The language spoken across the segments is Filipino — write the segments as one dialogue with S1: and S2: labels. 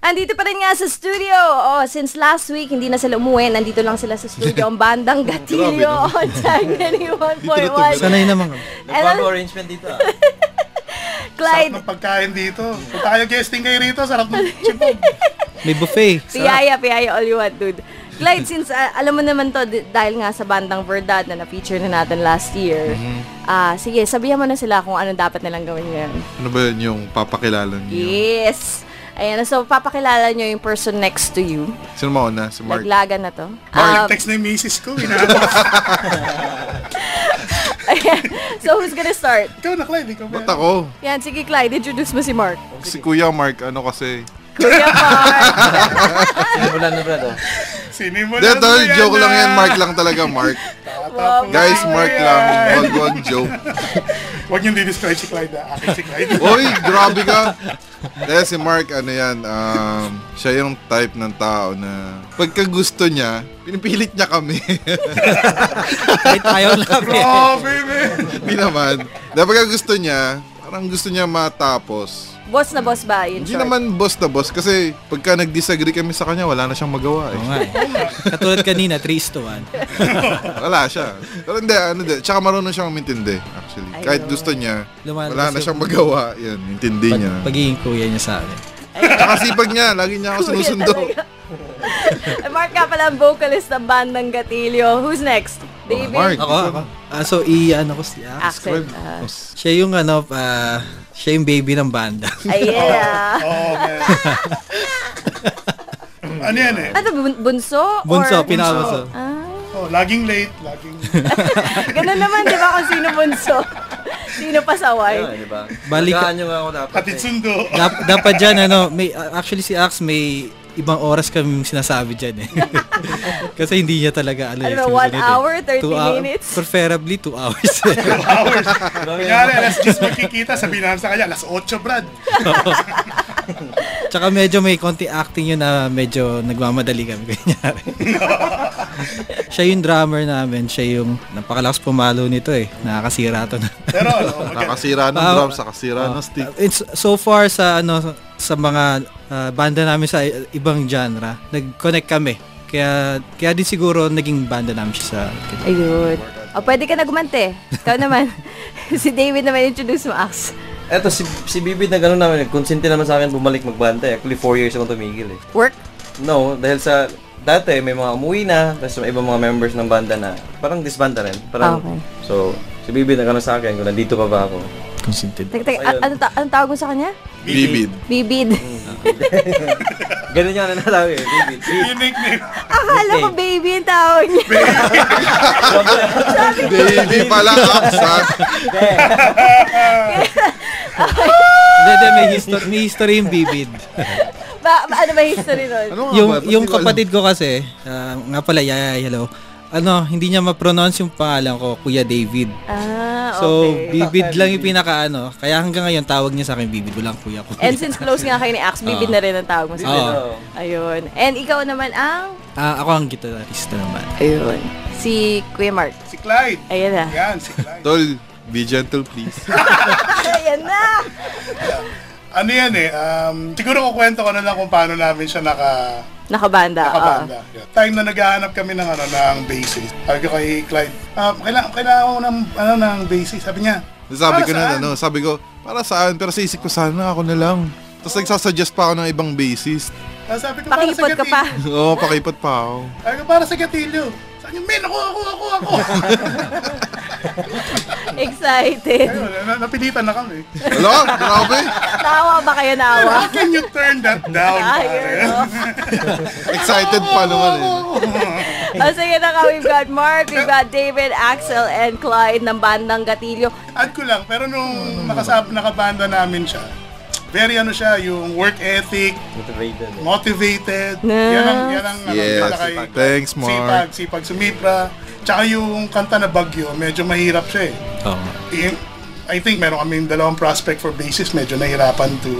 S1: Andito pa rin nga sa studio. Oh, since last week, hindi na sila umuwi. Nandito lang sila sa studio. Ang bandang
S2: Grabe,
S1: Gatillo
S2: no?
S1: on Tangani
S2: Dito na to,
S1: 141.
S3: Sanay naman.
S1: Hello,
S4: arrangement dito ah.
S2: Sarap
S1: Clyde.
S2: ng pagkain dito. Kung tayo guesting kayo rito, sarap ng chipog.
S3: May buffet. Sarap.
S1: Piyaya, piyaya all you want, dude. Clyde, since ah, alam mo naman to, di- dahil nga sa bandang Verdad na na-feature na natin last year,
S2: Mm-hmm.
S1: ah sige, sabihan mo na sila kung ano dapat nilang gawin ngayon.
S2: ano ba yun yung papakilala niyo?
S1: Yes! Ayan, so papakilala nyo yung person next to you.
S2: Sino mauna? Si Mark.
S1: Laglagan na to.
S5: Mark,
S1: Um,
S5: text na yung misis ko. Inaano.
S1: ayan. so who's gonna start?
S5: ikaw na, Clive. Ikaw
S2: Ba't
S5: ba?
S2: ako?
S1: Yan, sige Clyde, introduce mo si Mark.
S2: Si Kuya Mark, ano kasi?
S1: Kuya Mark!
S4: Simulan na brad oh.
S5: Sinimulan
S2: Dito,
S5: mo yan,
S2: joke lang
S5: ah.
S2: yan. Mark lang talaga, Mark.
S1: Wow.
S2: Guys, Mark lang. Wag wag joke.
S5: Huwag niyong didescribe si Clyde. ah. Akin si Clyde.
S2: Uy, grabe ka. Kaya si Mark, ano yan, um, siya yung type ng tao na pagka gusto niya, pinipilit niya kami.
S3: Kahit ayaw namin.
S5: Grabe, man.
S2: Hindi naman. Dahil pagka gusto niya, parang gusto niya matapos.
S1: boss na boss ba? In
S2: Hindi
S1: short.
S2: naman boss na boss kasi pagka nag-disagree kami sa kanya, wala na siyang magawa eh.
S3: Oo nga eh. Katulad kanina, 3 to 1.
S2: Wala siya. Pero hindi, ano di. Tsaka marunong siyang umintindi, actually.
S1: Ayun.
S2: Kahit gusto niya,
S3: Lumalabas
S2: wala na
S3: yung-
S2: siyang magawa. Yan, intindi niya.
S3: Pagiging kuya niya sa akin.
S2: Tsaka sipag niya, lagi niya ako
S1: Kuya
S2: sinusundo.
S1: talaga. Mark ka pala ang vocalist ng bandang Gatilio. Who's next? David?
S2: Oh, Mark.
S3: Ako, ako. Ah, so, i-ano ko si Ax.
S1: Accent. ah.
S3: Siya yung ano, ah, siya yung baby ng banda.
S1: Ay, yeah.
S5: Oh, man. ano yan eh?
S1: Ano, bun- bunso?
S3: Bunso,
S1: Or-
S3: pinakabunso.
S1: Ah,
S5: Oh, laging late. Laging...
S1: ganun naman, di ba, kung sino bunso? sino
S4: Ayun,
S1: pasaway?
S4: di ba?
S3: Balik-
S4: Balikan nyo nga ako dapat.
S5: Kapit sundo.
S3: Dap- dapat dyan, ano, may, ah, actually si Ax may ibang oras kami sinasabi dyan eh. Kasi hindi niya talaga ano
S1: Ano
S3: eh,
S1: ba, one
S3: sinusunod eh.
S1: hour, 30
S3: Two hour-
S1: minutes?
S3: Preferably 2 hours.
S5: Hours.
S4: Grabe
S5: Kunyari, alas 10 magkikita. Sabihin namin sa kanya, alas 8, Brad.
S3: Tsaka medyo may konti acting yun na medyo nagmamadali kami kanyari. siya yung drummer namin, siya yung napakalakas pumalo nito eh. Nakakasira to na.
S5: Pero ano, maganda.
S2: Nakasira ng
S3: Ah,
S2: drum, nakasira ng stick.
S3: It's so far sa ano sa mga ah, banda namin sa i- ibang genre, nag-connect kami. Kaya kaya din siguro naging banda namin siya sa
S1: Ayun. O, pwede ka na gumante. Ikaw naman. si David naman introduce mo, Ax.
S4: Eto, si, si Bibid na gano'n namin, nagkonsinti naman sa akin bumalik magbanta. eh. Actually, 4 years akong tumigil eh.
S1: Work?
S4: No, dahil sa dati may mga umuwi na, tapos may ibang mga members ng banda na parang disbanda rin. Parang,
S1: Okay.
S4: So, si Bibid na gano'n sa akin kung nandito pa ba ako.
S3: Consented.
S1: Teka, teka, a- ano, ta- ano tawag mo sa kanya?
S3: ah,
S2: Bibid.
S1: Bibid.
S2: Mm.
S4: Ganun yung ano namin, eh, Bibid. Bibid.
S5: Yung nickname.
S1: Akala ko baby ang tawag niya.
S2: Baby pala, ah, kaksak.
S3: Hindi, hindi, may history, may history yung bibid.
S1: Ba, ba- ano ba history nun?
S2: Ano nga
S3: yung
S2: ba? Ba't
S3: yung
S2: di ko alam?
S3: kapatid ko kasi, ah, nga pala, yeah, yeah, hello. Ano, hindi niya ma-pronounce yung pangalan ko, Kuya David.
S1: Ah,
S3: So,
S1: okay.
S3: bibid lang yung pinakaano. Kaya hanggang ngayon, tawag niya sa akin, bibid. Walang kuya ko.
S1: And since close nga kayo ni Ax, bibid na rin ang tawag mo sa
S3: Oo.
S1: kanya. Ayun. And ikaw naman ang...
S3: Ah, ako ang gitarista naman.
S1: Ayun. Si Kuya Mark.
S5: Si Clyde.
S1: Ayan na.
S5: Yan, si Clyde.
S2: Tol, be gentle please.
S1: Ayan na!
S5: Ano yan eh, um, siguro kukwento ko na lang kung paano namin siya naka,
S1: Nakabanda. Ah,
S5: nakabanda. Yeah. Time na naghahanap kami ng ano ng bassist. Sabi ko kay Clyde, ah, kailangan, kailangan ko ng, ano, ng bassist. Sabi niya, "Para
S2: Sabi ko na,
S5: saan?"
S2: ano, sabi ko, para saan? Pero sa isip ko, sana ako na lang. Tapos nagsasuggest pa ako ng ibang bassist.
S5: Tapos Ah, sabi
S1: Oo.
S5: ko, para sa
S1: Pakipod ka pa.
S5: gatilyo.
S2: Oo, pakipot pa ako.
S5: Sabi ko, para sa gatilyo. Sabi niya, men, ako, ako, ako, ako.
S1: Excited.
S5: Ayun, na- napilitan na kami.
S2: Hello? Grabe.
S1: Tawa ba kayo
S5: How
S1: nawa?
S5: can you turn that down,
S1: Ah,
S5: pare?
S1: Ayun.
S2: Excited pa naman eh.
S1: Oh, sige na ka. We've got Mark, we've got David, Axel, and Clyde ng bandang Gatilyo.
S5: Add ko lang, pero nung nakasab, nakabanda namin siya, very ano siya, yung work ethic,
S4: Motivated. eh.
S5: motivated.
S1: Nice.
S5: Yan ang, yan ang
S2: Yes.
S5: ano, pinaka-
S2: Thanks, Mark.
S5: Sipag, sipag sumipra. Tsaka yung kanta na Bagyo, medyo mahirap siya eh.
S3: Oo.
S5: Yung- I think meron kaming dalawang prospect for basis, medyo nahirapan to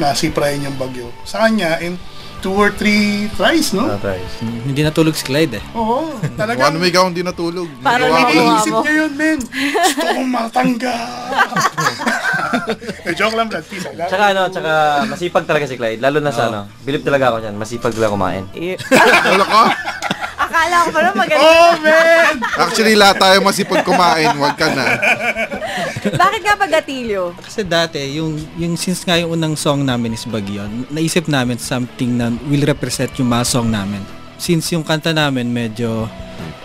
S5: nasiprahin yung Bagyo. Sa kanya, in two or three tries, no?
S4: Ah, tries.
S3: Hindi natulog si Clyde eh.
S5: Oo, talagang...
S2: One week akong di natulog.
S1: Parang
S2: Nagawa ko.
S1: nag-iisip
S5: Iniisip niya yun, men. Gusto kong matangga. Eh, joke lang, Brad. Peace. I love
S4: Tsaka ano, tsaka masipag talaga si Clyde. Lalo na sa ano, bilib talaga ako dyan. Masipag talaga kumain.
S2: Wala ko.
S1: Akala ko parang
S5: you.
S1: maganda.
S5: Oh, man!
S2: Actually, lahat tayo masipag kumain. Huwag ka na.
S1: Bakit nga ba gatilyo?
S3: Kasi dati, yung, yung since nga yung unang song namin is Bagyo, naisip namin something na will represent yung mga song namin. Since yung kanta namin medyo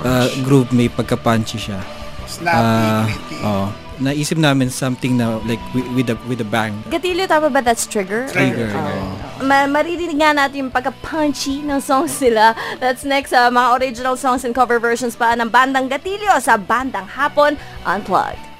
S3: uh, group may pagka-punchy siya.
S5: Snappy,
S3: Ah,
S5: witty.
S3: oo. naisip namin something na like wi- with a, with a bang.
S1: Gatilyo, tama ba that's trigger?
S3: Trigger.
S1: Oh. Ma- maririnig nga natin yung pagka-punchy ng songs nila. That's next ah, sa mga original songs and cover versions pa ng Bandang Gatilyo sa Bandang Hapon Unplugged.